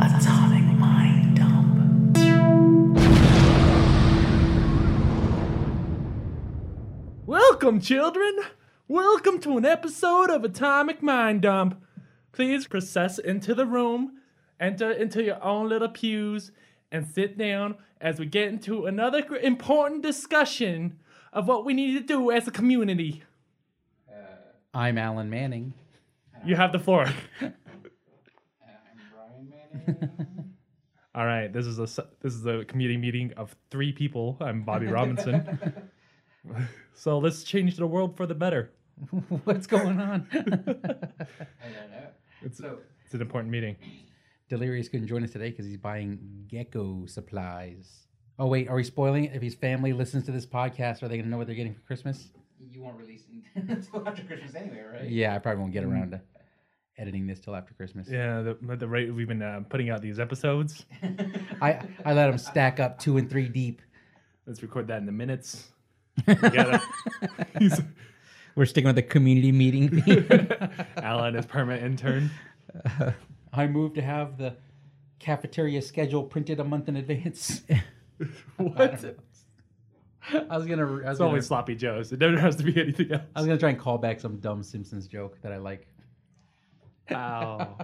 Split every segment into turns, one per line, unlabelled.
Atomic mind dump.
Welcome, children! Welcome to an episode of Atomic Mind Dump. Please process into the room, enter into your own little pews, and sit down as we get into another gr- important discussion of what we need to do as a community.
I'm Alan Manning.
You have the floor.
Brian Manning.
All right, this is a s- this is a community meeting of three people. I'm Bobby Robinson. so let's change the world for the better.
What's going on?
I don't know.
It's
So
it's an important meeting.
Delirious couldn't join us today because he's buying gecko supplies. Oh wait, are we spoiling it? If his family listens to this podcast, are they gonna know what they're getting for Christmas?
you won't release until after Christmas anyway, right? Mm.
Yeah, I probably won't get around to editing this till after Christmas.
Yeah, the, the rate we've been uh, putting out these episodes.
I I let him stack up two and three deep.
Let's record that in the minutes. We gotta- he's-
We're sticking with the community meeting theme.
Alan is permanent intern.
I move to have the cafeteria schedule printed a month in advance.
What?
I was gonna. I was
It's always
gonna,
sloppy joes. It never has to be anything else.
I was gonna try and call back some dumb Simpsons joke that I like.
Wow.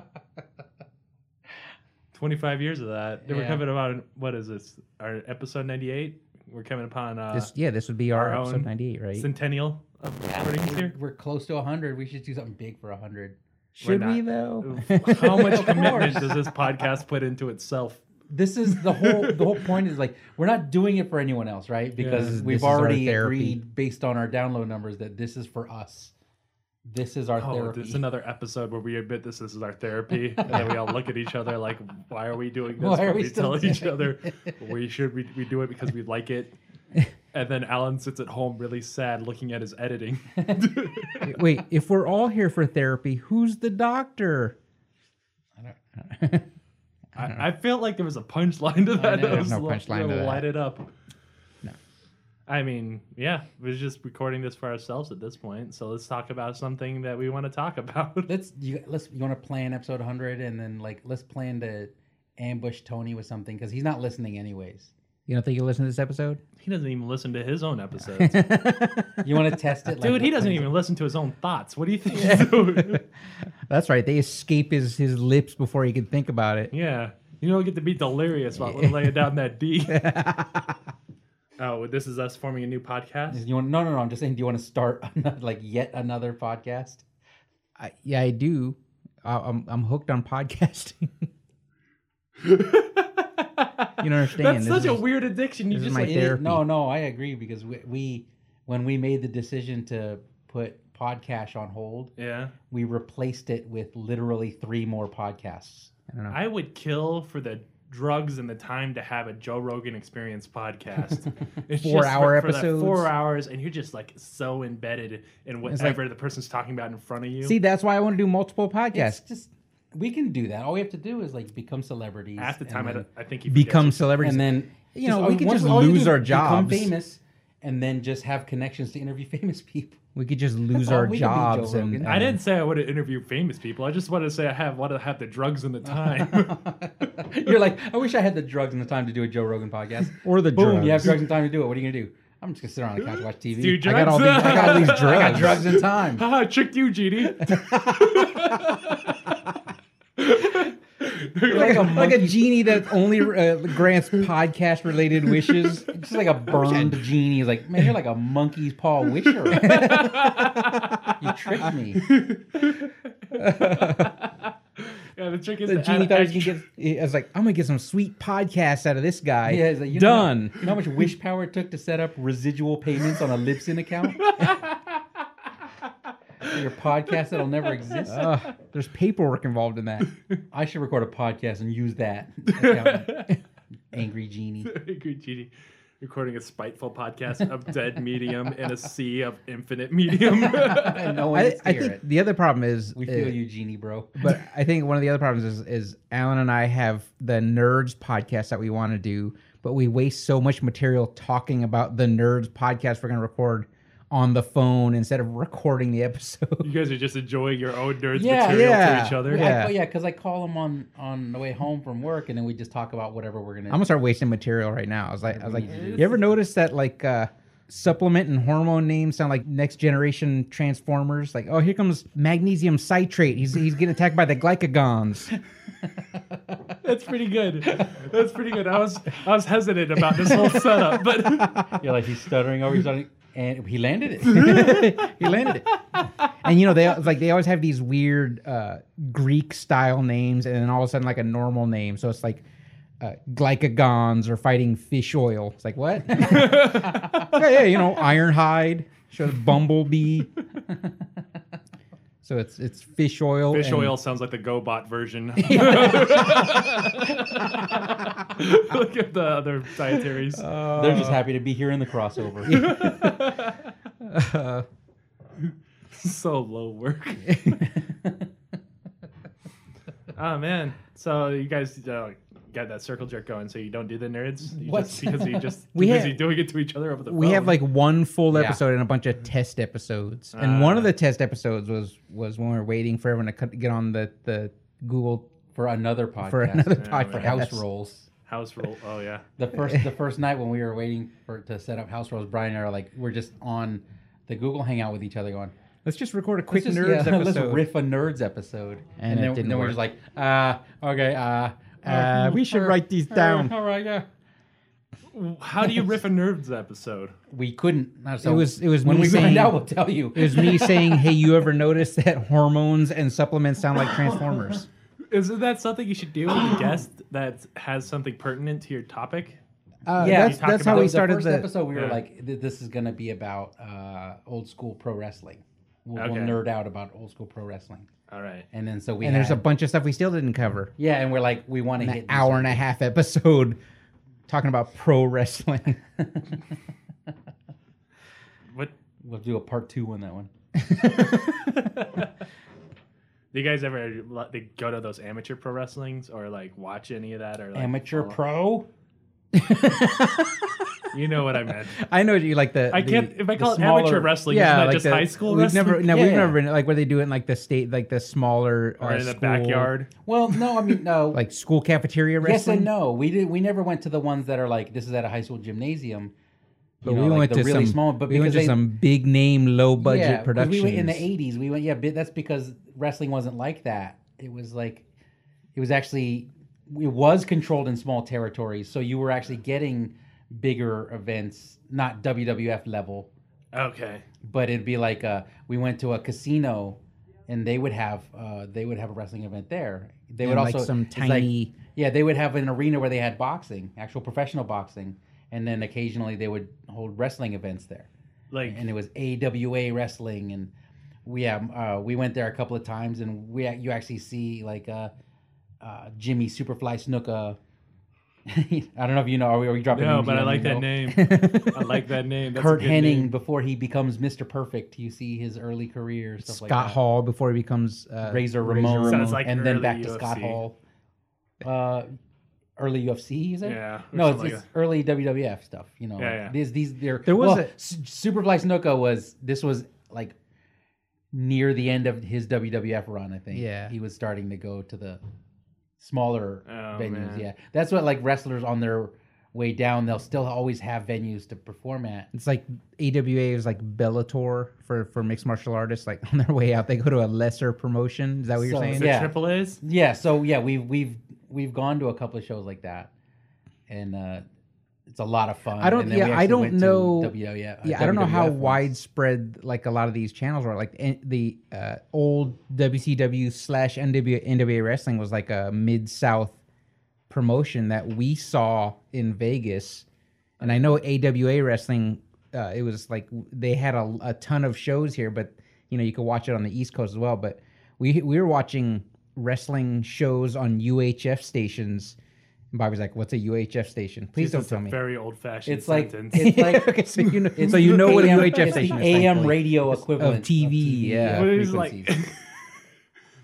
25 years of that. Then We're
Yeah.
coming about, what is this, our episode 98? We're coming upon uh,
this, yeah, this would be our,
Our own
episode 98, right?
centennial of recordings here.
We're close to hundred. We should do something big for hundred.
Should
We're
we,
not.
though?
How much
Of
commitment
course.
does this podcast put into itself?
this is the whole the whole point is like we're not doing it for anyone else right because
is- this
we've
is our
already
therapy.
agreed based on our download numbers that this is for us this is our
Oh,
therapy
it's another episode where we admit this, this is our therapy, and then we all look at each other like, "Why are we doing this?"
Why are
But
we still
tell each
doing
other we should we, we do it because we like it. And then Alan sits at home really sad, looking at his editing.
Wait, if we're all here for therapy, who's the doctor?
I, I felt like there was a punchline to that.
Uh-huh. know.
that
There's
was
no
li-
punchline to that.
Light it up.
No.
I mean, yeah, we're just recording this for ourselves at this point. So let's talk about something that we want to talk about.
let's you let's you want to plan episode 100 and then like let's plan to ambush tony with something because he's not listening anyways
You don't think you listen to this episode?
he doesn't even listen to his own episodes.
you want to test it like,
Dude, he doesn't even listen to his own thoughts. What do you think he's doing?
That's right. They escape his, his lips before he could think about it.
Yeah. You don't get to be delirious while we're laying down that D. oh, this is us forming a new podcast?
you want no no no i'm just saying do you want to start another, like yet another podcast
I, yeah, I do. I, I'm, I'm hooked on podcasting. you don't understand.
That's
This
such a
is-
weird addiction. You
this is
just
my
like,
It is-
therapy.
no, no, I agree because we, we when we made the decision to put podcast on hold,
yeah.
we replaced it with literally three more podcasts.
I don't know.
I would kill for the drugs and the time to have a Joe Rogan experience podcast. It's
Four
just
hour
for that Four
episodes.
hours, and you're just like so embedded in
It's like-
whatever the person's talking about in front of you.
See, that's why I want to do multiple
It's
podcasts.
just we can do that. All we have to do is like become celebrities.
Half the
and
time, I,
then-
don't- I think you forget
Become
to-
celebrities.
and then
You know,
all-
we could
once-
just
all you do
lose
is
our
become
jobs.
famous, and then just have connections to interview famous people.
we could just lose
all
our
we could be Joe
jobs. And,
Rogan.
I
and-
didn't say I would have interviewed famous people. I just wanted to say I have want to have the drugs and the time.
You're like, I wish I had the drugs and the time to do a Joe Rogan podcast.
Or the
Boom,
drugs.
you have drugs and time to do it. What are you gonna do? I'm just gonna sit around the couch and watch TV.
Dude,
I got all these,
drugs.
I got all these drugs.
I got drugs and time.
Haha, I tricked you, Genie.
Like
like a,
a
like a
monkey.
genie that only uh, grants podcast related wishes.
Just like a burned genie. He's like, man, you're like a monkey's paw witcher. you tricked me.
yeah, the trick is
The
to
genie
add
thought he
extra-
was gonna get. he- I was like, I'm gonna get some sweet podcasts out of this guy.
Yeah, he's like, you know how-
Done.
you know how much wish power it took to set up residual payments on a Libsyn account? For Your podcast that'll never exist.
Ugh, there's paperwork involved in that.
I should record a podcast and use that. account. Angry genie.
Angry Genie. Recording a spiteful podcast of dead medium in a sea of infinite medium.
No one
I,
needs to
I
hear
think
it.
the other problem is
We feel
uh,
you, genie, bro.
But I think one of the other problems is is Alan and I have the nerds podcast that we want to do, but we waste so much material talking about the nerds podcast we're going to record on the phone instead of recording the episode.
You guys are just enjoying your own nerds
Yeah,
material to
yeah.
each other.
Yeah.
I, well, yeah, because I call him on on the way home from work, and then we just talk about whatever we're gonna.
I'm gonna start wasting material right now. I was like, I was like,
Yeah.
you ever notice that like uh, supplement and hormone names sound like next generation transformers? Like, oh, here comes magnesium citrate. He's he's getting attacked by the glycagons.
That's pretty good. That's pretty good. I was I was hesitant about this whole setup, but
You're like he's stuttering over, he's
e-,
stuttering, and he landed it. he landed it.
and you know they it's like they always have these weird uh, Greek style names, and then all of a sudden like a normal name. So it's like uh, glycagons or fighting fish oil. It's like what? yeah, yeah, you know Ironhide, show the bumblebee. so it's it's fish oil.
fish
and-
oil sounds like the GoBot version. Look at the other dietaries.
Uh,
They're just happy to be here in the crossover.
uh,
so low work. oh man! So you guys uh, got that circle jerk going, so you don't do the nerds. You
What?
Just, because you just
We
too busy
have-
doing it to each other over the
We have
phone.
like one full
Yeah.
episode and a bunch of test episodes.
Ah.
and one of the test episodes was was when we were waiting for everyone to cut- get on the the Google
for another podcast.
for another
Oh, Yeah,
podcast.
for house rolls.
house rule. Oh yeah.
The first the first night when we were waiting for to set up house rolls, Brian and I are like we're just on the Google Hangout with each other going.
Let's just record a
Let's
quick
just,
nerds
yeah,
episode.
let's riff a nerds episode, and,
And it
then,
didn't
then we're
work.
just like, ah, okay, ah,
Uh, we should write these down.
All right, yeah.
How do you riff a nerds episode?
We couldn't. Not so
It was- it was
when
me
we
saying-
find out, we'll tell you.
It was me saying, "Hey, you ever noticed that hormones and supplements sound like transformers?"
Isn't that something you should do with a guest that has something pertinent to your topic?
Uh,
Yeah,
that's,
you talked
that's how
about
we
the
started
first
the.
episode. We were
Yeah.
like, th- "This is gonna be about uh, old school pro wrestling. We'll, we'll
Okay.
nerd out about old school pro wrestling."
All right.
And then so we
And there's a
had-
bunch of stuff we still didn't cover.
yeah, and we're like, we want to hit
An
these-
hour and a half episode talking about pro wrestling.
What
We'll do a part two on that one.
do you guys ever like, they go to those amateur pro wrestlings or like watch any of that or like,
Amateur
follow-
pro.
You know what I meant.
I know you like the.
I
the-
can't. If I
the
call it
smaller-
amateur wrestling,
yeah,
isn't that
like
just
the-
high school
We've
wrestling?
never, no, we've
Yeah.
never been like where they do it in like the state, like the smaller
or
uh,
in the
school-
backyard.
Well, no, I mean no.
like school cafeteria
yes
wrestling.
and no. We did. We never went to the ones that are like this is at a high school gymnasium.
But
you know,
we
like
went
the
to
really
some,
small. But
we went
because
to
they,
some big name, low budget
yeah, 'cause
productions.
We went in the eighties. We went. Yeah, but that's because wrestling wasn't like that. It was like, it was actually, it was controlled in small territories. So you were actually getting bigger events, not WWF level,
Okay.
but it'd be like uh, we went to a casino, and they would have uh, they would have a wrestling event there. They would
And, like,
also
some
it's like-
tiny-
yeah, they would have an arena where they had boxing, actual professional boxing, and then occasionally they would hold wrestling events there
Like
and it was AWA wrestling and we yeah, uh, we went there a couple of times and we you actually see like uh, uh, Jimmy Superfly Snuka. I don't know if you know. Are we, are we dropping?
no,
names
but
you
I
don't
like that
know?
name. I like that name. That's a
Kurt
good
Henning
name.
before he becomes Mr. Perfect. You see his early career stuff
Scott
like that.
Hall before he becomes uh,
Razor Ramon,
Sounds like
and then
early
back to Scott
UFC.
Hall. Uh, early UFC, is it?
Yeah, or
No, it's,
something like
it's early WWF stuff. You know,
Yeah,
like,
yeah.
these these they're,
There was
well,
a-
S- Superfly Snuka was this was like near the end of his WWF run. I think.
Yeah.
he was starting to go to the smaller
Oh,
venues.
man.
Yeah, that's what like wrestlers on their way down, they'll still always have venues to perform at.
It's like AWA is like Bellator for for mixed martial artists. Like on their way out, they go to a lesser promotion. Is that what you're
So-
saying?
The
yeah.
triple A's.
Yeah, so yeah, we've we've we've gone to a couple of shows like that, and uh it's a lot of fun.
I don't-
And then
yeah,
we
I
actually
don't
went to
know-
WWF, uh,
Yeah, I don't know how
WWF ones.
widespread like a lot of these channels were. Like in, the uh, old WCW slash NW, NWA wrestling was like a mid South promotion that we saw in Vegas, and I know AWA wrestling. Uh, it was like they had a, a ton of shows here, but you know you could watch it on the East Coast as well. But we we were watching wrestling shows on UHF stations. And Bobby's like, "What's a UHF station? Please
It's
don't tell
a
me."
very old-fashioned
It's like
sentence.
it's like
okay, so you know,
it's
so you know what a
AM
UHF
it's the
station is.
AM
thankfully.
radio equivalent
TV, yeah.
But it's like-
frequencies.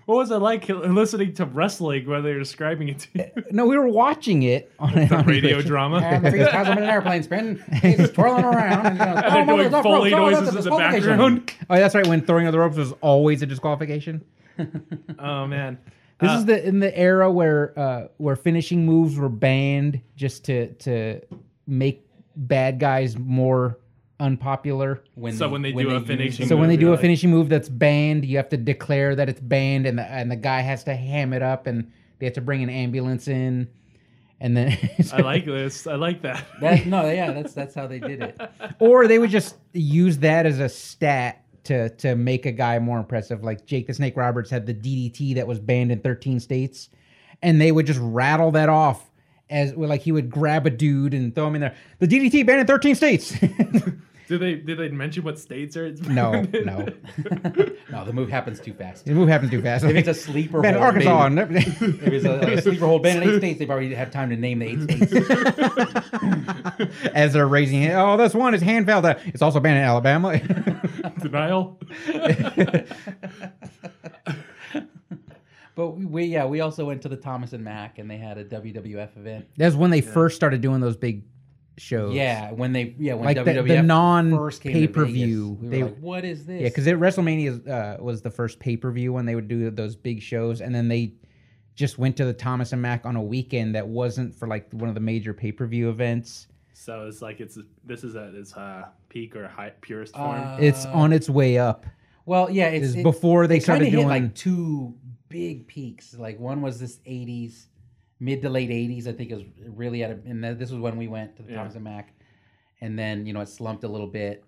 What was it like listening to wrestling when they were describing it to you?
No, we were watching it on, on
Radio drama.
And the biggest cosmic in an airplane spin. He's twirling around. And, you know,
And they're doing Foley noises in the background.
Oh, that's right. When throwing of the ropes was always a disqualification.
Oh man,
This is the in the era where uh, where finishing moves were banned just to to make bad guys more unpopular.
So when they do a
use
finishing
them.
So when they
You're
do a
like-
finishing move that's banned, you have to declare that it's banned, and the and the guy has to ham it up, and they have to bring an ambulance in, and then
I like this. I like that.
That- no, yeah, that's that's how they did it.
or they would just use that as a stat to to make a guy more impressive. Like Jake the Snake Roberts had the DDT that was banned in 13 states, and they would just rattle that off as well, like he would grab a dude and throw him in there. The DDT banned in 13 states.
Did they did they mention what states are? It's
no, no,
No, the move happens too fast.
the move happened too fast.
If it's a sleeper
Man,
hold,
Arkansas.
banned-
and-
if it's a, like a sleeper hold ban in eight states, they've already had time to name the eight states.
as they're raising it, oh, this one is hand fouled. Uh, It's also banned in Alabama.
denial.
But we, we yeah, we also went to the Thomas and Mack, and they had a WWF event.
That's when they first started doing those big shows.
Yeah, when they yeah when
Like the- the
WWF
non-
first came to Vegas,
pay-per-view,
we were
they-
like, what is this?
Yeah, because WrestleMania uh, was the first pay per view when they would do those big shows, and then they just went to the Thomas and Mack on a weekend that wasn't for like one of the major pay per view events.
So it's like it's this is at its uh, peak or high, purest form.
Uh,
it's on its way up.
well, yeah, it's
Is
it-
before they,
kinda
started doing
hit like two big peaks. Like one was this '80s, mid to late '80s. I think it was really at, a, and then this was when we went to the
Yeah.
Thomas and Mack, and then you know it slumped a little bit,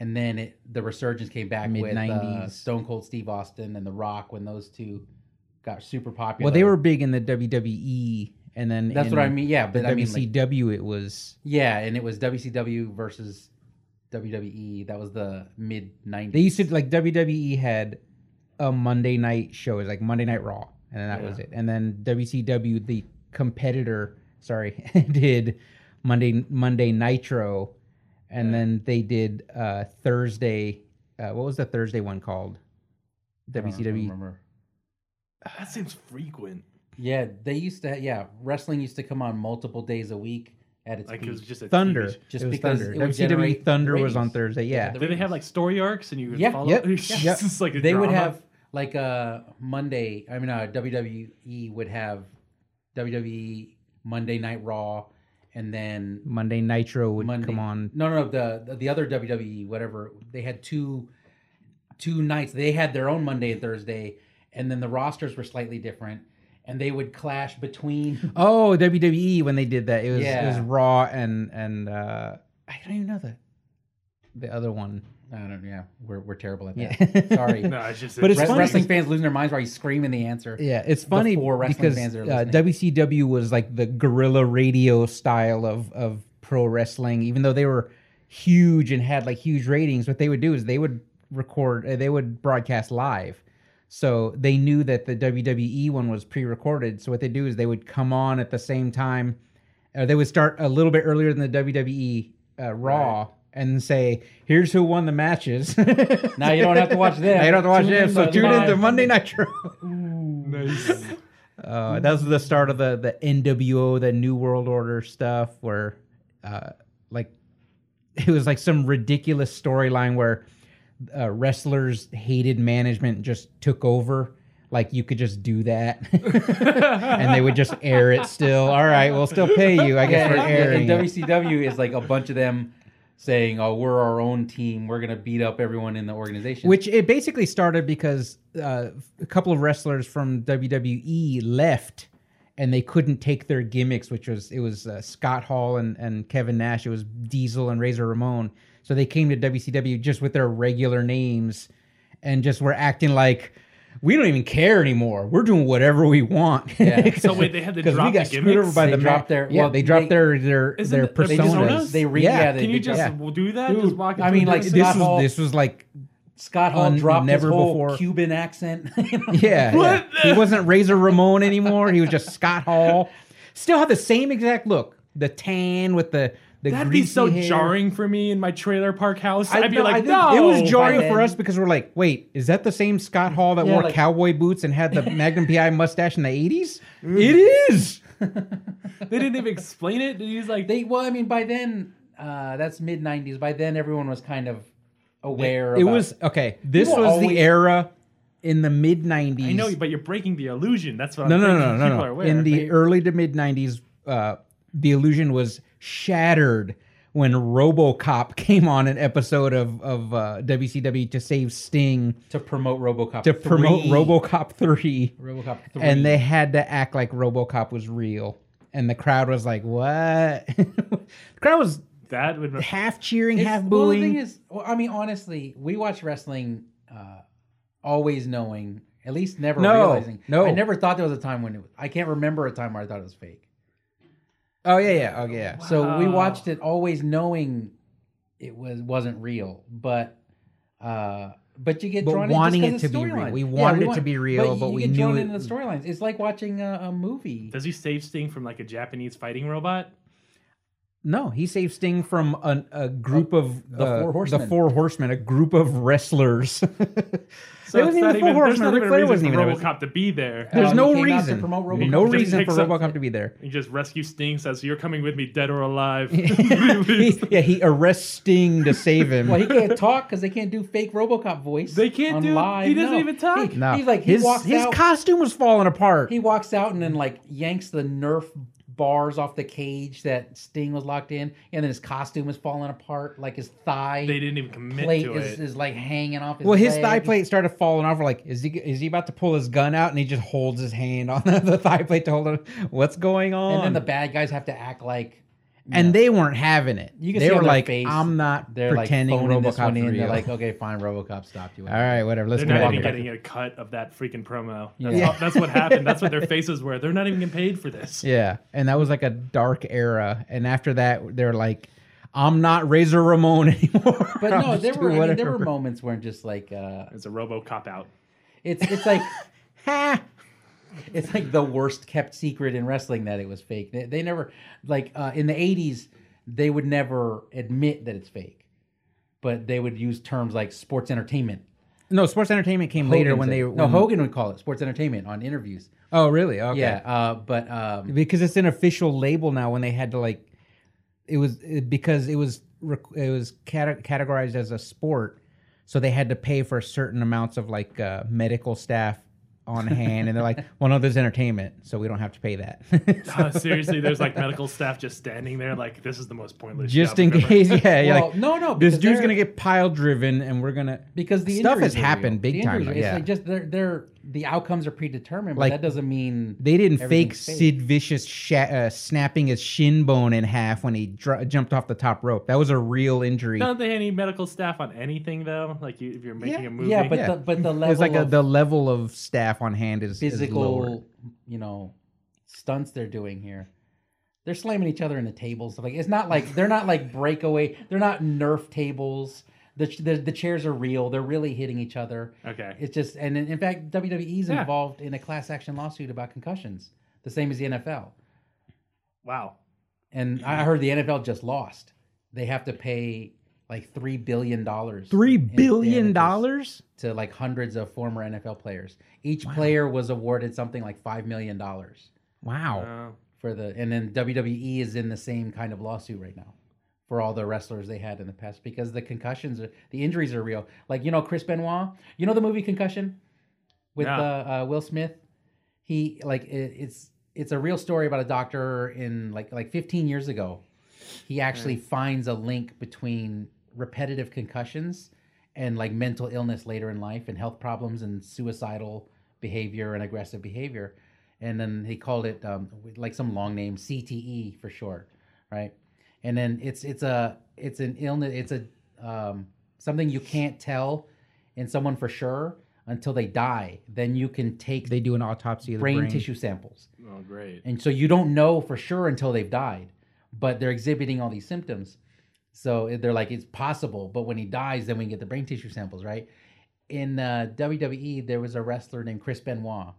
and then it, the resurgence came back with uh,
Mid-nineties.
Stone Cold Steve Austin and The Rock when those two got super popular.
well, they were big in the WWE, and then
That's
in
what I mean. Yeah,
The
but I mean, like,
WCW, it was
yeah, and it was WCW versus WWE. That was the mid '90s.
they used to like WWE had a Monday night show, it was like Monday Night Raw, and then that was it. And then WCW, the competitor, sorry, did Monday Monday Nitro, and then they did uh, Thursday. Uh, what was the Thursday one called?
I don't
WCW.
remember.
that seems frequent.
Yeah, they used to. Yeah, wrestling used to come on multiple days a week at its
Like it
peak.
was just a TV
Thunder.
show.
Just
it was
because
Thunder.
it would
WCW
generate
Thunder was
ratings.
on Thursday. Yeah.
the
Did they have like story arcs and you would
Yeah,
follow?
yep,
It's
yep.
just like a
they would
drama.
have like uh Monday. I mean, uh, WWE would have WWE Monday Night Raw, and then
Monday Nitro would
Monday.
come on.
No, no, no. The the other WWE, whatever. They had two two nights. They had their own Monday and Thursday, and then the rosters were slightly different, and they would clash between.
Oh, WWE when they did that, it was it was
Yeah.
Raw and and uh, I don't even know the the other one.
I don't. Yeah, we're we're terrible at
Yeah.
that. Sorry.
No, it's just
But it's
Wre-
funny
wrestling fans losing their minds while he's screaming the answer.
Yeah, it's funny
four wrestling
because
fans that are
uh,
listening.
WCW was like the guerrilla radio style of of pro wrestling. Even though they were huge and had like huge ratings, what they would do is they would record, uh, they would broadcast live. So they knew that the WWE one was pre-recorded. So what they do is they would come on at the same time. Uh, they would start a little bit earlier than the WWE uh, Raw. And say, here's who won the matches. now
Now you don't have to watch them.
you don't have to watch
Tune
them.
in
So
to
tune in to
live.
Monday Nitro.
nice.
Uh, that was the start of the the NWO, the New World Order stuff, where uh, like it was like some ridiculous storyline where uh, wrestlers hated management and just took over. Like you could just do that, and they would just air it. Still, all right, we'll still pay you. I guess
Yeah,
we're airing.
and
it.
WCW is like a bunch of them saying, "Oh, we're our own team. We're gonna beat up everyone in the organization."
Which it basically started because uh, a couple of wrestlers from WWE left, and they couldn't take their gimmicks, which was it was uh, Scott Hall and, and Kevin Nash, it was Diesel and Razor Ramon. So they came to WCW just with their regular names, and just were acting like we don't even care anymore. We're doing whatever we want.
Yeah.
So wait, they had to
'Cause
drop
we
the
got screwed
gimmicks?
over by
They
the
dropped
ma-
their-
yeah.
well,
they dropped
they-
their their
Isn't
their
it- they just-
personas.
they re-
Yeah.
yeah, they,
Can you
they
just
just
do that?
Dude,
just walk
I mean,
into a
like,
gym?
this
Scott Hall-
was this was like
Scott Hall
Un-
dropped
never
his whole
before-
Cuban accent.
Yeah.
What
yeah. He wasn't Razor Ramon anymore. He was just Scott Hall. Still had the same exact look. The tan with the the
That'd be so
greasy hair.
jarring for me in my trailer park house. I,
I-
would be
no, I
like,
think
no.
It was
by
jarring for
then-
us because we're like, wait, is that the same Scott Hall that
Yeah,
wore
like-
cowboy boots and had the Magnum PI mustache in the 80s?
Mm.
It is. they didn't even explain it. He's like,
They well, I mean, by then, uh, that's mid '90s. By then, everyone was kind of aware.
It
about-
was, okay, this was
People
the
always-
era in the mid 90s.
I know, but you're breaking the illusion. That's what
no,
I'm
no,
thinking.
no,
People
no,
are
no, no.
aware.
In the
They-
early to mid 90s, uh, the illusion was shattered when RoboCop came on an episode of, of uh, WCW to save Sting
to promote RoboCop.
to promote
3.
RoboCop 3.
RoboCop 3.
and they had to act like RoboCop was real, and the crowd was like, "What?" the crowd was
that would
half cheering,
It's-
half
Well, the
booing.
thing is, well, I mean, honestly, we watch wrestling uh, always knowing, at least never
No,
realizing.
no.
I never thought there was a time when it. I can't remember a time where I thought it was fake.
oh yeah, yeah, oh yeah.
So we
Wow.
watched it always knowing it was wasn't real, but uh but you get
But
drawn
wanting
in just 'cause it's
it to be real.
storyline.
We wanted it
want-
to be real, but
you
we
get
knew
drawn
it-
into the storylines. It's like watching a, a movie.
Does he save Sting from like a Japanese fighting robot?
No, he saved Sting from an, a group of
Oh, the
uh,
Four Horsemen.
The Four Horsemen, a group of wrestlers.
So it's not even, there's not
Ric
even a
Flair
reason
wasn't
for
even there.
RoboCop to be there.
Uh,
There's
he
no
came out to
reason.
promote RoboCop.
No
He just
reason for
picks up-
RoboCop to be there.
He just rescues Sting, says, "You're coming with me, dead or alive."
He- yeah, he arrests Sting to save him.
well, he can't talk because they can't do fake RoboCop voice.
They can't
on
do-
Live.
he doesn't
No.
even talk.
He,
no,
He's like he
his
walks
his
out.
costume was falling apart.
he walks out and then like yanks the Nerf bars off the cage that Sting was locked in, and then his costume is falling apart. Like his thigh
they didn't even commit
plate
to
is,
it.
is like hanging off. His
Well, his thigh
leg.
plate started falling off. We're like, is he is he about to pull his gun out? And he just holds his hand on the, the thigh plate to hold it. What's going on?
and then the bad guys have to act like
And they weren't having it.
You can
they
see
were
on their
like,
face,
I'm not
they're
pretending
like phoning
RoboCop's
this one in. They're
real.
like, okay, fine, RoboCop stopped you.
all right, whatever. Let's
They're
get
not
out
even
of here.
getting a cut of that freaking promo. That's,
Yeah.
all- that's what happened. That's what their faces were. They're not even getting paid for this.
Yeah, and that was like a dark era. And after that, they're like, I'm not Razor Ramon anymore.
But
I'll
no,
just
there
do
were I mean, there
whatever.
were moments where just like uh,
It's a Robo Cop out.
it's it's like
Ha!
it's like the worst kept secret in wrestling that it was fake. They, they never like uh, in the '80s they would never admit that it's fake, but they would use terms like sports entertainment.
No, Sports Entertainment came later
Hogan
when
said-
they
no
when-
Hogan would call it sports entertainment on interviews.
Oh, really? Okay.
Yeah, uh, but um,
because it's an official label now when they had to like it was it, because it was rec- it was cate- categorized as a sport so they had to pay for certain amounts of like uh, medical staff on hand and they're like well no there's entertainment so we don't have to pay that
Uh, seriously, there's like medical staff just standing there, like this is the most pointless.
just
job
in
I've ever
case yeah you're
well,
like
no, no,
this
because
dude's
they're-
gonna get pile driven and we're gonna
because the
stuff
injuries
has
are real.
happened big
The
time
injuries are-
yeah.
It's like just they're they're the outcomes are predetermined, but
Like,
that doesn't mean
They didn't fake
Everything's fake.
Sid Vicious sha- uh, snapping his shin bone in half when he dr- jumped off the top rope. That was a real injury.
Don't they have any medical staff on anything though? Like you, if you're making a movie,
Yeah, but
Yeah.
the but the level
It's like a,
of
the level of staff on hand is is lower.
physical, you know, stunts they're doing here. They're slamming each other in the tables. Like it's not like they're not like breakaway. They're not Nerf tables. The, ch- the the chairs are real. They're really hitting each other.
okay.
It's just and in in fact WWE's
Yeah.
involved in a class action lawsuit about concussions, the same as the NFL.
Wow.
And I
Mm-hmm.
heard the NFL just lost. They have to pay like three billion dollars.
Three
in damages
billion dollars.
to like hundreds of former NFL players. Each player was awarded something like five million dollars
Wow.
Uh,
for the and then WWE is in the same kind of lawsuit right now for all the wrestlers they had in the past because the concussions are the injuries are real. Like you know Chris Benoit, you know the movie Concussion with
Yeah.
uh, uh, Will Smith. He like it, it's it's a real story about a doctor in like like 15 years ago. He actually finds a link between repetitive concussions and like mental illness later in life and health problems and suicidal behavior and aggressive behavior. And then he called it um, with, like some long name CTE for short, right? And then it's it's a it's an illness it's a um, something you can't tell in someone for sure until they die. Then you can take
They do an autopsy of the
brain,
brain,
tissue samples.
oh, great.
And so you don't know for sure until they've died, but they're exhibiting all these symptoms. So it- they're like, it's possible, but when he dies, then we can get the brain tissue samples, right? In uh, WWE, there was a wrestler named Chris Benoit.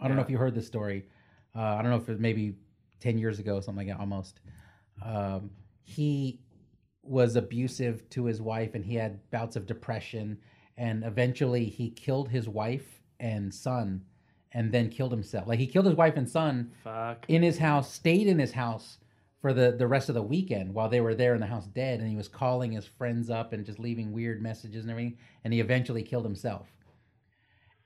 I don't know
Yeah.
if you heard this story. Uh, I don't know if it was maybe 10 years ago, something like that, almost. Um, he was abusive to his wife and he had bouts of depression and eventually he killed his wife and son and then killed himself like he killed his wife and son
Fuck.
in his house stayed in his house for the the rest of the weekend while they were there in the house dead and he was calling his friends up and just leaving weird messages and everything and he eventually killed himself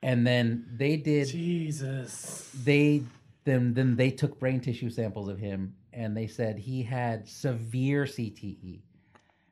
and then they did
Jesus.
they then then they took brain tissue samples of him and they said he had severe CTE.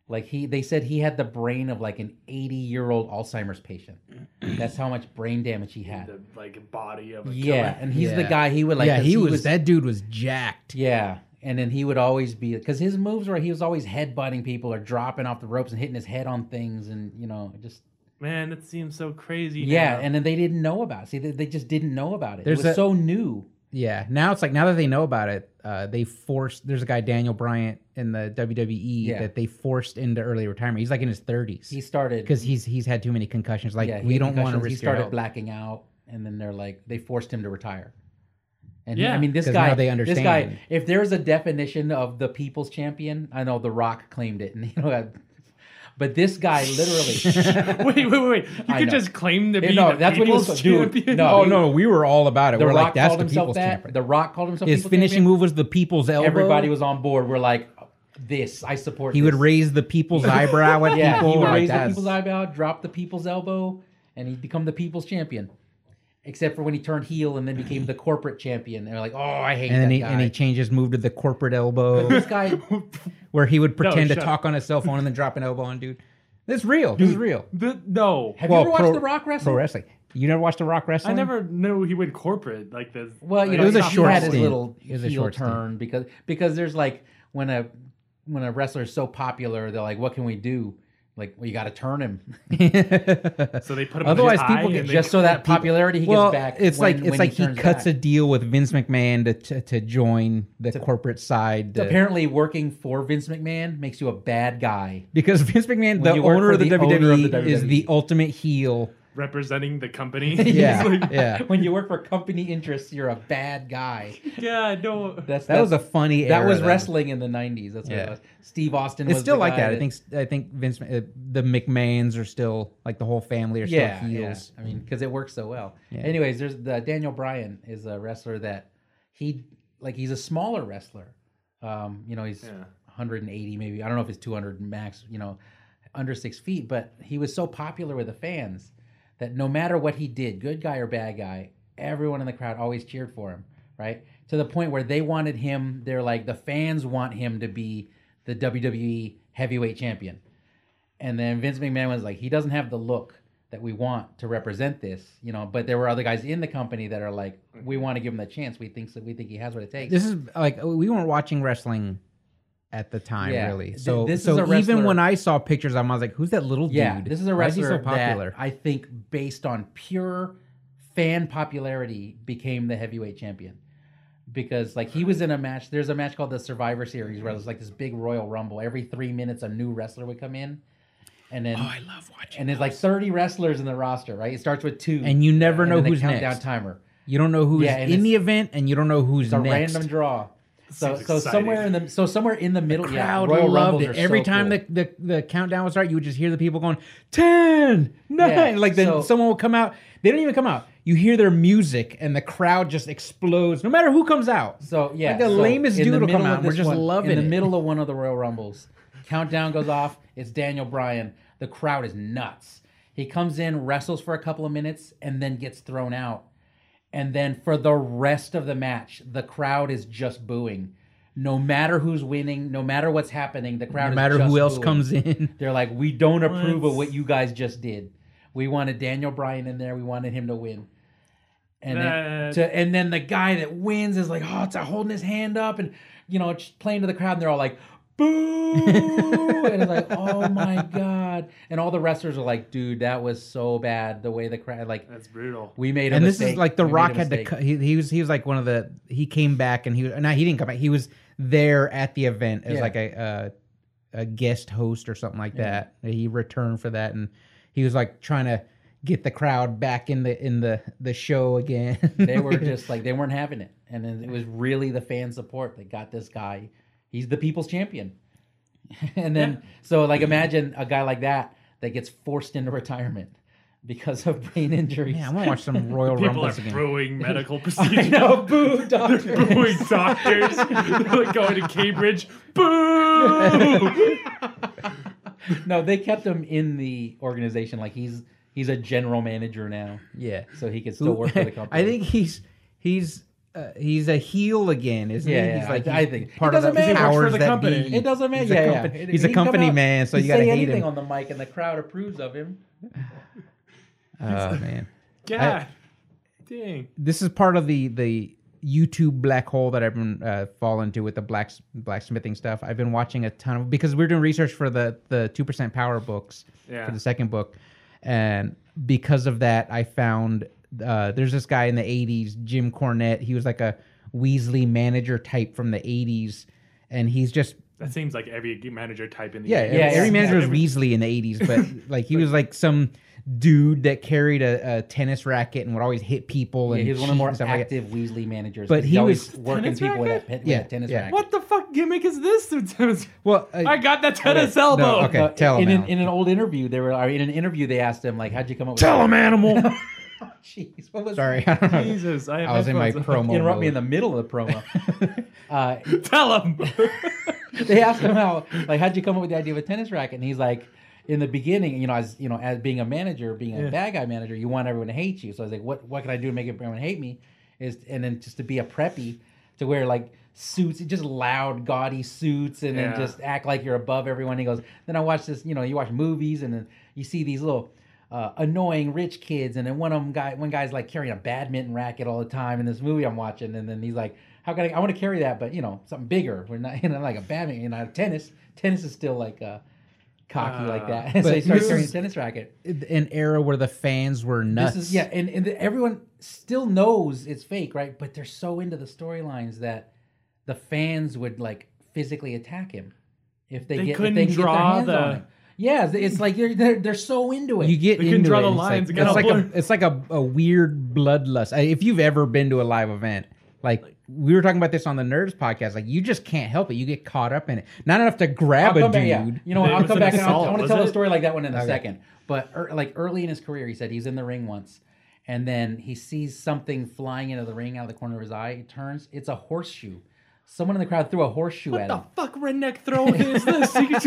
Like he they said he had the brain of like an 80-year-old Alzheimer's patient. That's how much brain damage he had.
The like body of a
Yeah,
killer.
and he's the
Yeah.
guy he would like
yeah,
'cause
he, was, that dude was jacked.
Yeah. And then he would always be because his moves were he was always headbutting people or dropping off the ropes and hitting his head on things and you know just
Man, it seems so crazy.
yeah
now.
and then they didn't know about it. see they, they just didn't know about it
There's
it was
a-
so new
Yeah. Now it's like now that they know about it, uh, they forced. There's a guy Daniel Bryant in the WWE
Yeah.
that they forced into early retirement. He's like in his 30s
he started
because he's he's had too many concussions. Like
Yeah, he
we
had
don't want to
concussions.
risk
He
your
started
health.
blacking out, and then they're like, they forced him to retire. And
Yeah.
I mean, this
'Cause
guy,
now they
this guy,
understand.
if there's a definition of the people's champion, I know The Rock claimed it, and you know, I- but this guy literally.
wait, wait, wait, wait. You
I
could
know.
just claim to
Yeah,
be
no,
the
that's what he
people's
was- dude,
champion.
no.
Oh
he-
no, we were all about it.
The
We're
Rock
like that's
called
the
himself
people's
that.
champion.
The Rock called himself.
His
people's
finishing
champion.
move was the people's elbow.
Everybody was on board. We're like, this. I support.
He would
this.
raise the people's eyebrow at
Yeah,
people.
he would
like,
raise the
that's-
people's eyebrow, drop the people's elbow, and he'd become the people's champion. Except for when he turned heel and then became the corporate champion. They're like, oh, I hate
And
that
then he,
guy.
and he changed his move to the corporate elbow,
this guy,
where he would pretend to
shut
talk on his cell phone and then drop an elbow on dude. This is real. This is real.
The- no.
have
Well,
you ever watched
pro-
The Rock wrestle?
Pro wrestling. You never watched the Rock wrestling?
I never knew he went corporate like this.
well, you
Like,
know,
It was a
he
short
had his
stint.
little
It was a
heel
short stint.
turn because because there's like when a when a wrestler is so popular, they're like, what can we do? Like, well, you got to turn him
So they put him
Otherwise,
in
people
people
get
and they-
just so that popularity he gets
well,
back.
it's
when-
like it's
when
like he,
turns
cuts
back.
a deal with Vince McMahon to to, to join the corporate side. to-
Apparently, working for Vince McMahon makes you a bad guy.
because Vince McMahon, the
you work
owner
for
of the,
the
WWE,
owner of the E.
is the
WWE.
ultimate heel.
representing the company.
Yeah,
It's like,
yeah.
when you work for company interests, you're a bad guy.
yeah, I know.
That's
That was a
that's-
funny.
that
era,
was
though.
wrestling in the '90s. That's what
Yeah.
it was. Steve Austin.
It's
was
still
the
like
guy
that. I think I think Vince uh, the McMahons are still like the whole family are still
Yeah, yeah.
heels.
I mean, because it works so well.
Yeah.
Anyways, there's the Daniel Bryan is a wrestler that he like he's a smaller wrestler. Um, you know, he's
Yeah.
180 maybe. I don't know if it's 200 max. You know, under six feet. But he was so popular with the fans that no matter what he did, good guy or bad guy, everyone in the crowd always cheered for him. Right to the point where they wanted him. They're like the fans want him to be the WWE heavyweight champion. And then Vince McMahon was like, he doesn't have the look that we want to represent this, you know. But there were other guys in the company that are like, we want to give him the chance. We think so. We think he has what it takes.
This is like we weren't watching wrestling at the time
Yeah.
really.
Th-
So
this is
so
a wrestler-
even when I saw pictures of him, I was like, who's that little
yeah,
dude?
this is a
Why is he
wrestler
so popular?
that I think, based on pure fan popularity, became the heavyweight champion. Because like he was in a match, there's a match called the Survivor Series where there's like this big Royal Rumble. Every three minutes, a new wrestler would come in, and then
Oh, love watching.
and there's like 30 wrestlers in the roster. Right, it starts with two,
And you never
and
know
then they
who's
count down
next.
timer.
You don't know who's
Yeah, and
in
it's-
the event, and you don't know who's
It's a
next.
random draw. So
Seems
so
exciting.
somewhere in the so somewhere in the middle,
Crowd
yeah, Royal
loved
Rumbles
it.
are
Every
so
time
cool.
the, the the countdown would start, you would just hear the people going ten, nine.
Yeah,
like then
so-
someone will come out. They don't even come out. You hear their music, and the crowd just explodes. No matter who comes out,
So yeah,
Like the
so
lamest
in the
dude will come
middle
out
of
and we're
this
just
one-
loving
In the
it.
middle of one of the Royal Rumbles, countdown goes off. It's Daniel Bryan. The crowd is nuts. He comes in, wrestles for a couple of minutes, and then gets thrown out. And then for the rest of the match, the crowd is just booing. No matter who's winning, no matter what's happening, the crowd.
no
is
matter
just
who else
booing.
comes in.
They're like, we don't approve
What?
of what you guys just did. We wanted Daniel Bryan in there. We wanted him to win. And then,
That-
to, and then the guy that wins is like, oh, it's like holding his hand up and, you know, just playing to the crowd. And they're all like, boo. and it's like, oh my God. And all the wrestlers are like, dude, that was so bad the way the crowd, like,
That's brutal.
we made a
and this is
mistake.
like the
We made a
rock had to
mistake."
cut he, he was he was like one of the he came back and he was no he didn't come back he was there at the event as
Yeah.
like a, a a guest host or something like that he returned for that and he was like trying to get the crowd back in the in the the show again
they were just like they weren't having it and then it was really the fan support that got this guy he's the people's champion and then so like imagine a guy like that that gets forced into retirement because of brain injuries.
Yeah, I want to watch some Royal
People are
Rumbles again.
brewing medical
I
procedures.
know, boo,
They're booing doctors. They're like going to Cambridge. Boo!
no, they kept him in the organization. Like he's he's a general manager now,
Yeah.
so he can still work for the company.
I think he's he's uh, he's a heel again, isn't
Yeah,
he?
yeah,
He's like
I-
he's
I think-
part
It
of the
doesn't matter. He works for
powers
the
that
company.
be.
it doesn't matter.
He's a
yeah, yeah.
company-
It-
he's a
he'd come
company
out,
man, so
he'd
you gotta
say
hate
anything
him.
on the mic, and the crowd approves of him.
Oh man,
God. Dang.
this is part of the the YouTube black hole that I've been uh, falling into with the black blacksmithing stuff. I've been watching a ton of because we're doing research for the the two percent power books
Yeah.
for the second book, and because of that, I found uh, there's this guy in the '80s, Jim Cornette. He was like a Weasley manager type from the '80s, and he's just
That seems like every manager type in the
yeah,
US.
every- every
yeah,
manager
Mm. every-
was Weasley in the eighties, but like he was like some dude that carried a, a tennis racket and would always hit people.
Yeah,
And
he was one
cheat
of the more
and stuff like that.
active Weasley managers.
But
'cause
he
always
was-
working
Tennis
people with a,
racket?
pen,
Yeah,
with a tennis
yeah.
racket.
What the fuck gimmick is this?
Well, uh,
I got that tennis
no,
elbow.
okay. tell
in
him,
an,
Alan.
in an old interview, they were or in an interview. They asked him like, "How'd you come up with?"
him, animal.
Jeez, what was
sorry, I don't know.
Jesus, I, have
I was in my
headphones on.
promo.
Interrupt me in
mode.
the middle of the promo. uh,
Tell him.
they asked him how, like, how'd you come up with the idea of a tennis racket? And he's like, in the beginning, you know, as you know, as being a manager, being a
Yeah.
bad guy manager, you want everyone to hate you. So I was like, what, what can I do to make everyone hate me? Is and then just to be a preppy, to wear like suits, just loud, gaudy suits, and
Yeah.
then just act like you're above everyone. He goes, then I watch this, you know, you watch movies, and then you see these little. Uh, annoying rich kids, and then one of them guy, one guy's like carrying a badminton racket all the time in this movie I'm watching, and then he's like, "How can I? I want to carry that, but you know, something bigger. We're not, you know, like a badminton, you know, tennis. Tennis is still like uh, cocky like that. so
but
he starts
this
carrying a
is-
tennis racket.
an era where the fans were nuts.
This is yeah, and, and everyone still knows it's fake, right? But they're so into the storylines that the fans would like physically attack him if they,
They
get
couldn't
if they can
draw
get their hands
the-
on him. Yeah, it's- it's like they're they're, they're so into it.
You get
We couldn't
into
draw
it,
the
and
lines
It's
again, I'll
like, it's like,
blur.
a, it's like a, a weird bloodlust. I- If you've ever been to a live event, like we were talking about this on the Nerds podcast, like you just can't help it. You get caught up in it. Not enough to
I'll
grab a
come
dude.
back- yeah. You know, what,
It
I'll
was
come
an
back. and I'll-
assault,
I want to
was
tell
it?
a story like that one in a
Okay.
second. But er, like early in his career, he said he's in the ring once, and then he sees something flying into the ring out of the corner of his eye. He turns. It's a horseshoe. Someone in the crowd threw a horseshoe
What
at
the
him.
fuck redneck throwing is this? You, just,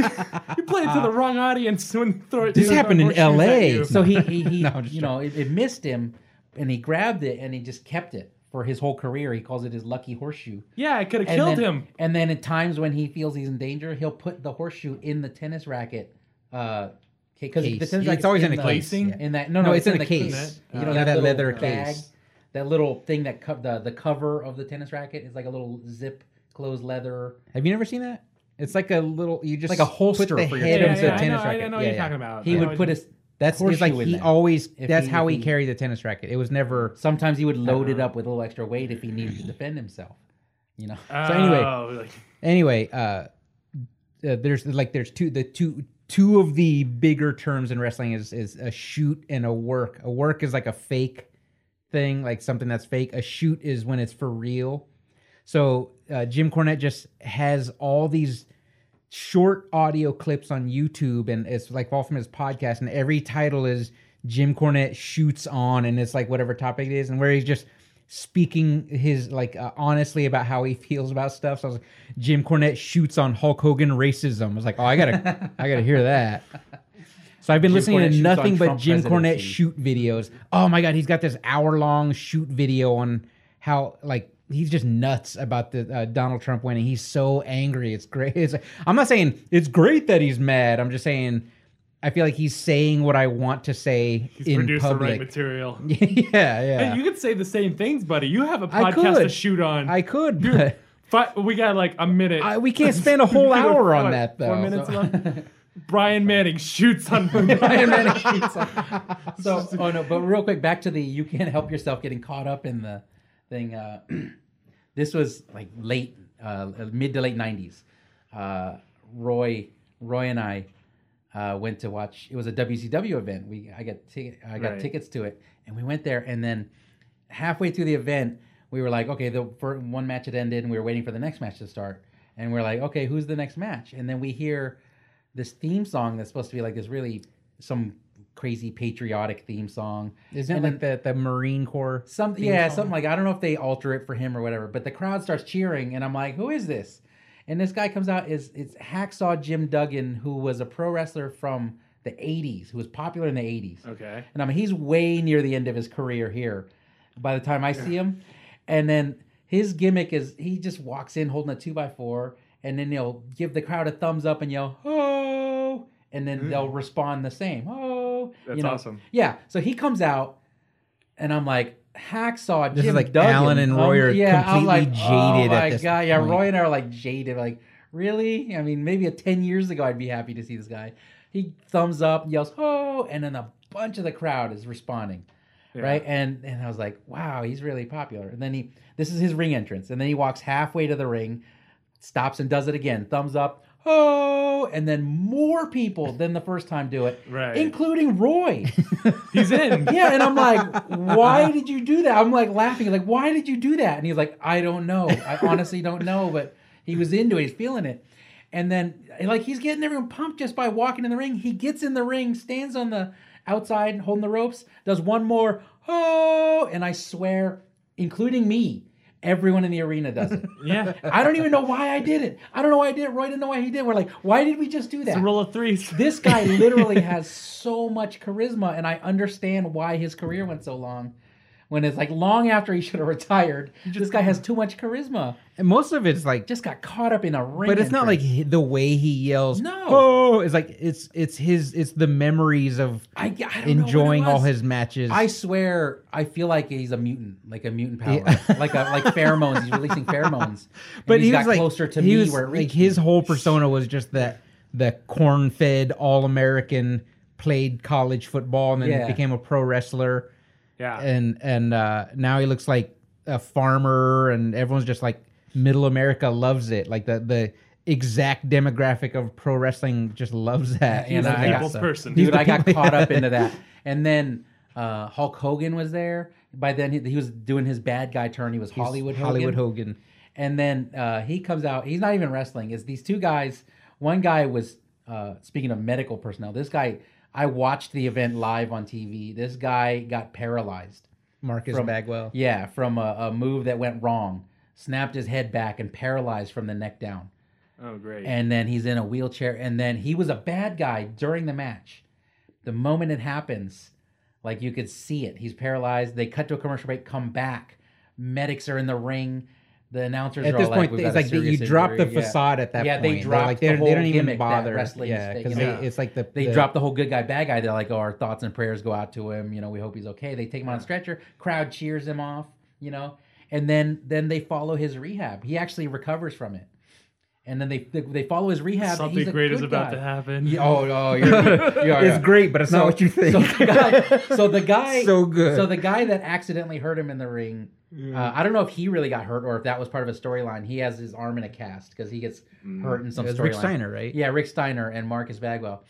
you play it to the wrong audience when throw it.
This
throw
happened in
horseshoes at
LA.
you.
So he, he, he
No, I'm just
you know, it, it missed him, and he grabbed it and he just kept it for his whole career. He calls it his lucky horseshoe.
Yeah, I could have
And
killed
then-
him.
And then at times when he feels he's in danger, he'll put the horseshoe in the tennis racket. Uh, because the
Case.
tennis
It's
racket's
always in a
the-
case.
lacing?
yeah.
in that no
No,
no,
it's in the
the
case.
You
Uh,
know
yeah,
that,
that
little
leather
bag,
case.
that little thing that co- the the cover of the tennis racket is like a little zip closed leather.
Have you never seen that? It's like a little. You just
Like a
put
holster
the
for your
head
tennis racket.
into a
I
tennis
know,
racket.
I know what
Yeah,
you're
yeah.
talking about.
He
I know
would
what
put
you-
his
That's he's like
horseshoe in
he
there.
always.
If
That's
he-
how
if
he
he-
carried the tennis racket. It was never.
sometimes he would load
Uh-huh.
it up with a little extra weight if he needed to defend himself. You know.
Oh,
So anyway,
like,
anyway uh, uh there's like there's two the two two of the bigger terms in wrestling is is a shoot and a work a work is like a fake thing like something that's fake a shoot is when it's for real so uh, jim cornette just has all these short audio clips on youtube and it's like all from his podcast and every title is jim cornette shoots on and it's like whatever topic it is and where he's just speaking his like uh, honestly about how he feels about stuff. So I was like, Jim Cornette shoots on Hulk Hogan racism. I was like, oh, I gotta, I gotta hear that. So I've been listening
Cornette
to
shoots
nothing
on
but
Trump
Jim Cornette
presidency.
shoot videos. Oh my god, he's got this hour long shoot video on how like he's just nuts about the uh, Donald Trump winning. He's so angry. It's great. It's like, I'm not saying it's great that he's mad. I'm just saying. I feel like he's saying what I want to say
he's
in
produced the right
public.
material.
yeah, yeah.
Hey, you could say the same things, buddy. You have a
I
podcast to
could.
shoot on.
I could, but
Fi- we got like a minute.
I, we can't spend a whole
We got,
hour on
what,
that though.
Four minutes left. Brian Manning shoots on.
Iron Man shoots up. so, oh no, but real quick, back to the you can't help yourself getting caught up in the thing. Uh, this was like late, uh, mid to late '90s. Uh, Roy, Roy and I uh, went to watch. It was a WCW event. We I got ticket, I got
Right.
tickets to it, and we went there. And then halfway through the event, we were like, okay, the fir- one match had ended, and we were waiting for the next match to start. and we're like, okay, who's the next match? And then we hear this theme song that's supposed to be like this really some crazy patriotic theme song.
Isn't
And
it like the, the Marine Corps?
Some
theme
yeah,
song?
something like I don't know if they alter it for him or whatever, but the crowd starts cheering, and I'm like, who is this? And this guy comes out is it's Hacksaw Jim Duggan, who was a pro wrestler from the '80s, who was popular in the '80s.
Okay.
And I mean, he's way near the end of his career here by the time I see him. And then his gimmick is he just walks in holding a two by four, and then he'll give the crowd a thumbs up and yell, oh, and then they'll respond the same, oh.
That's awesome.
Yeah. So he comes out, and I'm like, Hacksaw.
This is
Jim
like
Duggan. oh
Alan and Roy are
I'm
completely jaded
Oh
at
my
this
god! Yeah,
point.
Roy and I are like jaded. Like, really? I mean, maybe a ten years ago, I'd be happy to see this guy. He thumbs up, yells "ho," and then a bunch of the crowd is responding,
Yeah.
right? And and I was like, wow, he's really popular. And then he, this is his ring entrance, and then he walks halfway to the ring, stops and does it again, thumbs up. Oh, and then more people than the first time do it,
Right.
including Roy.
He's in.
Yeah, and I'm like, why did you do that? I'm like laughing, like, why did you do that? And he's like, I don't know. I honestly don't know, but he was into it, he's feeling it. And then like he's getting everyone pumped just by walking in the ring. He gets in the ring, stands on the outside and holding the ropes, does one more, oh, and I swear, including me, everyone in the arena does it.
Yeah.
I don't even know why I did it. I don't know why I did it. Roy didn't know why he did it. We're like, why did we just do that?
It's a roll of threes.
this guy literally has so much charisma and i understand why his career went so long when it's like long after he should have retired this guy has too much charisma
And most of it's like
just got caught up in a ring
but it's not like
entrance.
he- the way he yells.
No.
oh, it's like it's it's his it's the memories of
I- I don't know what it
enjoying all
was.
his matches.
i swear i feel like he's a mutant like a mutant power
Yeah.
like a like pheromones he's releasing pheromones And
but
he's
he was
got
like
closer to
he
me
was,
where it
like
reached
his
me.
whole persona was just that the corn-fed all-American played college football and then
Yeah.
became a pro wrestler
Yeah.
and and uh, now he looks like a farmer and everyone's just like middle America loves it like the the exact demographic of pro wrestling just loves that
He's
and
a
I-
people's
person.
He's
dude.
the
I got
people-
caught up into that, and then uh, Hulk Hogan was there. By then, he, he was doing his bad guy turn. He was Hollywood Hogan.
Hollywood Hogan.
And then uh, he comes out. He's not even wrestling. It's these two guys. One guy was uh, speaking of medical personnel. This guy, I watched the event live on TV. This guy got paralyzed.
Marcus
From-
Bagwell.
Yeah, from a, a move that went wrong, snapped his head back and paralyzed from the neck down.
Oh, great.
And then he's in a wheelchair. And then he was a bad guy during the match. The moment it happens, like you could see it. He's paralyzed. They cut to a commercial break, come back. Medics are in the ring. The announcers
At
are
this
all like,
point,
"We've
it's
got a
like the, you
serious
drop the
injury." Yeah.
facade at that
Yeah,
point.
they
They're
drop
like
the
they're-
whole
they don't even
gimmick that
bother.
wrestling
yeah,
is-
because
you know,
they, it's like the
They
the,
drop the whole good guy, bad guy. They're like, oh, our thoughts and prayers go out to him. You know, we hope he's okay. They take him on a stretcher. Crowd cheers him off, you know, and then then they follow his rehab. He actually recovers from it. And then they they, they follow his rehab. and
Something
he's a
great is
good
about
guy.
to happen.
Yeah, oh, oh, you're, you're,
It's great, but it's not what you think.
So the guy, so, the guy
So good.
so the guy that accidentally hurt him in the ring. Uh, I don't know if he really got hurt or if that was part of a storyline. He has his arm in a cast because he gets hurt in some
It was
storyline.
Rick Steiner, right?
Yeah, Rick Steiner and Marcus Bagwell,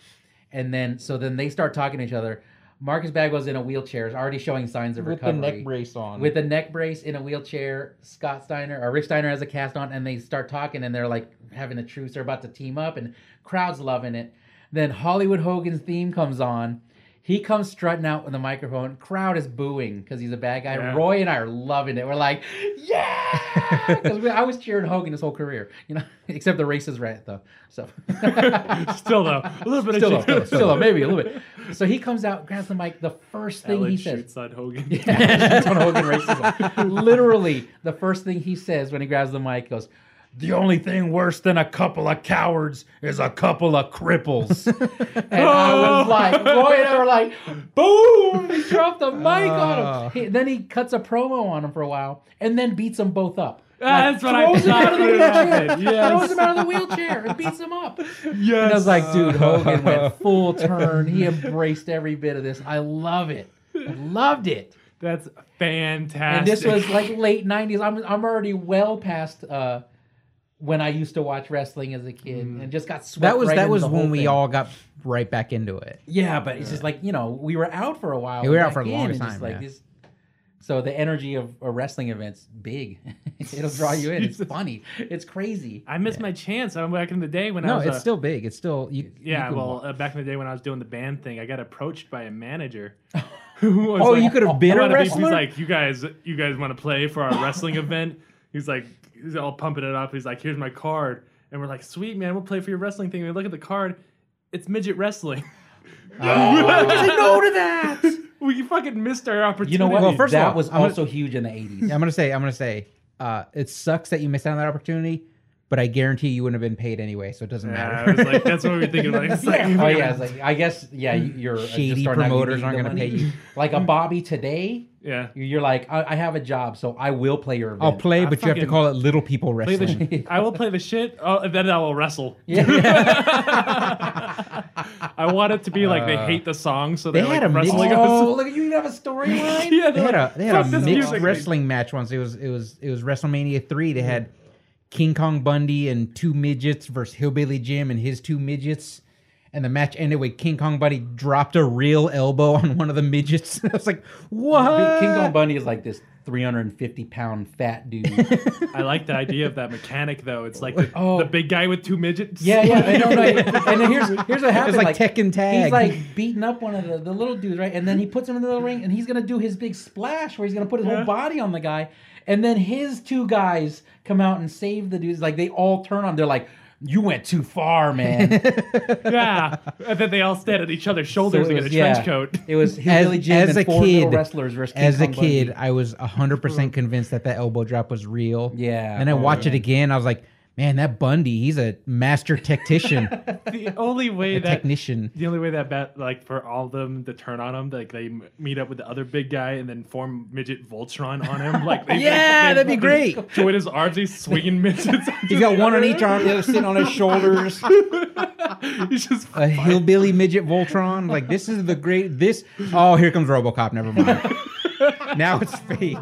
and then so then they start talking to each other. Marcus Bagwell's in a wheelchair, is already showing signs of recovery
brace on.
with a neck brace in a wheelchair. Scott Steiner or Rick Steiner has a cast on, and they start talking, and they're like having a truce. They're about to team up, and crowds loving it. Then Hollywood Hogan's theme comes on. He comes strutting out with a microphone. Crowd is booing because he's a bad guy.
Yeah.
Roy and I are loving it. We're like, yeah, because I was cheering Hogan his whole career, you know, except the racist rant though. So
Still though, a little bit
still,
of
though, still, though, maybe a little bit. So he comes out, grabs the mic. The first thing
Alan
he says,
shoots on Hogan.
yeah, on Hogan racism. Literally, the first thing he says when he grabs the mic goes, "The only thing worse than a couple of cowards is a couple of cripples." and I
Oh.
was like, Roy and I were like, "Boom!" He dropped the mic on
Oh.
him. He- then he cuts a promo on him for a while, and then beats them both up.
Ah, That's what I
Throws him out
thought
of the
would
wheelchair.
happen. Yes.
Throws him out of the wheelchair and beats him up.
Yes.
And I was like, dude, Hogan went full turn. He embraced every bit of this. I love it. I loved it.
That's fantastic.
And this was like late '90s. I'm I'm already well past uh, when I used to watch wrestling as a kid, and just got swept.
that was
right
that
into
was
the
when
whole
we
thing.
all got right back into it.
Yeah, but it's just like you know we were out for a while.
Yeah, we were
and
out for
back
the
in,
longest
and just
time,
Like
yeah.
this. So the energy of a wrestling event's big. It'll draw you in. It's funny. It's crazy.
I missed my chance. I'm back in the day when I
No,
was
it's
a-
still big. It's still you.
Yeah,
you could
well,
walk-
uh, back in the day when I was doing the band thing, I got approached by a manager. who was
Oh,
like-
you could have been
"I
a
wanna be-" He's
wrestler.
like, you guys, you guys want to play for our wrestling event? He's like, he's all pumping it up. He's like, here's my card, and we're like, sweet man, we'll play for your wrestling thing. We look at the card, it's midget wrestling.
no to that.
we fucking missed our opportunity.
You know what?
Well, first of
that
all,
was
I'm gonna-
also huge in the 80s.
Yeah, I'm gonna say. I'm gonna say. Uh, it sucks that you missed out on that opportunity, but I guarantee you wouldn't have been paid anyway, so it doesn't
yeah,
matter.
I was like, that's what we were thinking. Like, it's like,
Oh yeah, it's like I guess yeah, you- you're just
Shady
starting out, you
promoters
need
aren't
the
gonna
money.
pay you.
Like a Bobby today,
yeah.
you're like I, I have a job, so I will Oh, play your event.
I'll play,
I
but you have to
fucking-
call it little people
Play the
wrestling.
sh- I will play the shit, oh, and then I will wrestle.
Yeah.
I want it to be like they hate the song, so
Uh, they
they're
had
like
a mix-
wrestling.
Oh,
look at you! You have a storyline.
yeah,
they had a they had
"Fuck
a
this
mixed
music."
wrestling match once. It was it was it was WrestleMania three. They had King Kong Bundy and two midgets versus Hillbilly Jim and his two midgets. And the match ended with King Kong Bundy dropped a real elbow on one of the midgets. I was like, what?
King Kong Bundy is like this 350 pound fat dude.
I like the idea of that mechanic though. It's like the,
Oh.
the big guy with two midgets.
yeah, yeah. I know, right? And then here's here's what happened.
It's like Tekken tag.
He's like beating up one of the, the little dudes, right? And then he puts him in the little ring, and he's gonna do his big splash where he's gonna put his
Yeah.
whole body on the guy. And then his two guys come out and save the dudes. Like they all turn on. They're like, "You went too far, man."
yeah. And then they all stand at each other's
So it
shoulders like in a
was- yeah.
trench coat.
It was
As-
Hillbilly Jim
as
and
a
four little
kid-
wrestlers versus King
as a
Kong Bundy.
kid, I was hundred percent convinced that that elbow drop was real.
Yeah.
And I
Oh,
watched it again. I was like, man, that Bundy, he's a master tactician,
The only way
a
that
technician.
the only way that bat like for all of them to turn on him, like they m- meet up with the other big guy and then form midget Voltron on him. Like they,
Yeah,
they-
that'd be
they-
great.
Join his arms, he's swinging midgets.
He's got one on each arm, the other sitting on his shoulders.
he's just
a hillbilly midget Voltron. Like this is the great this. Oh, here comes RoboCop. Never mind. now it's fake.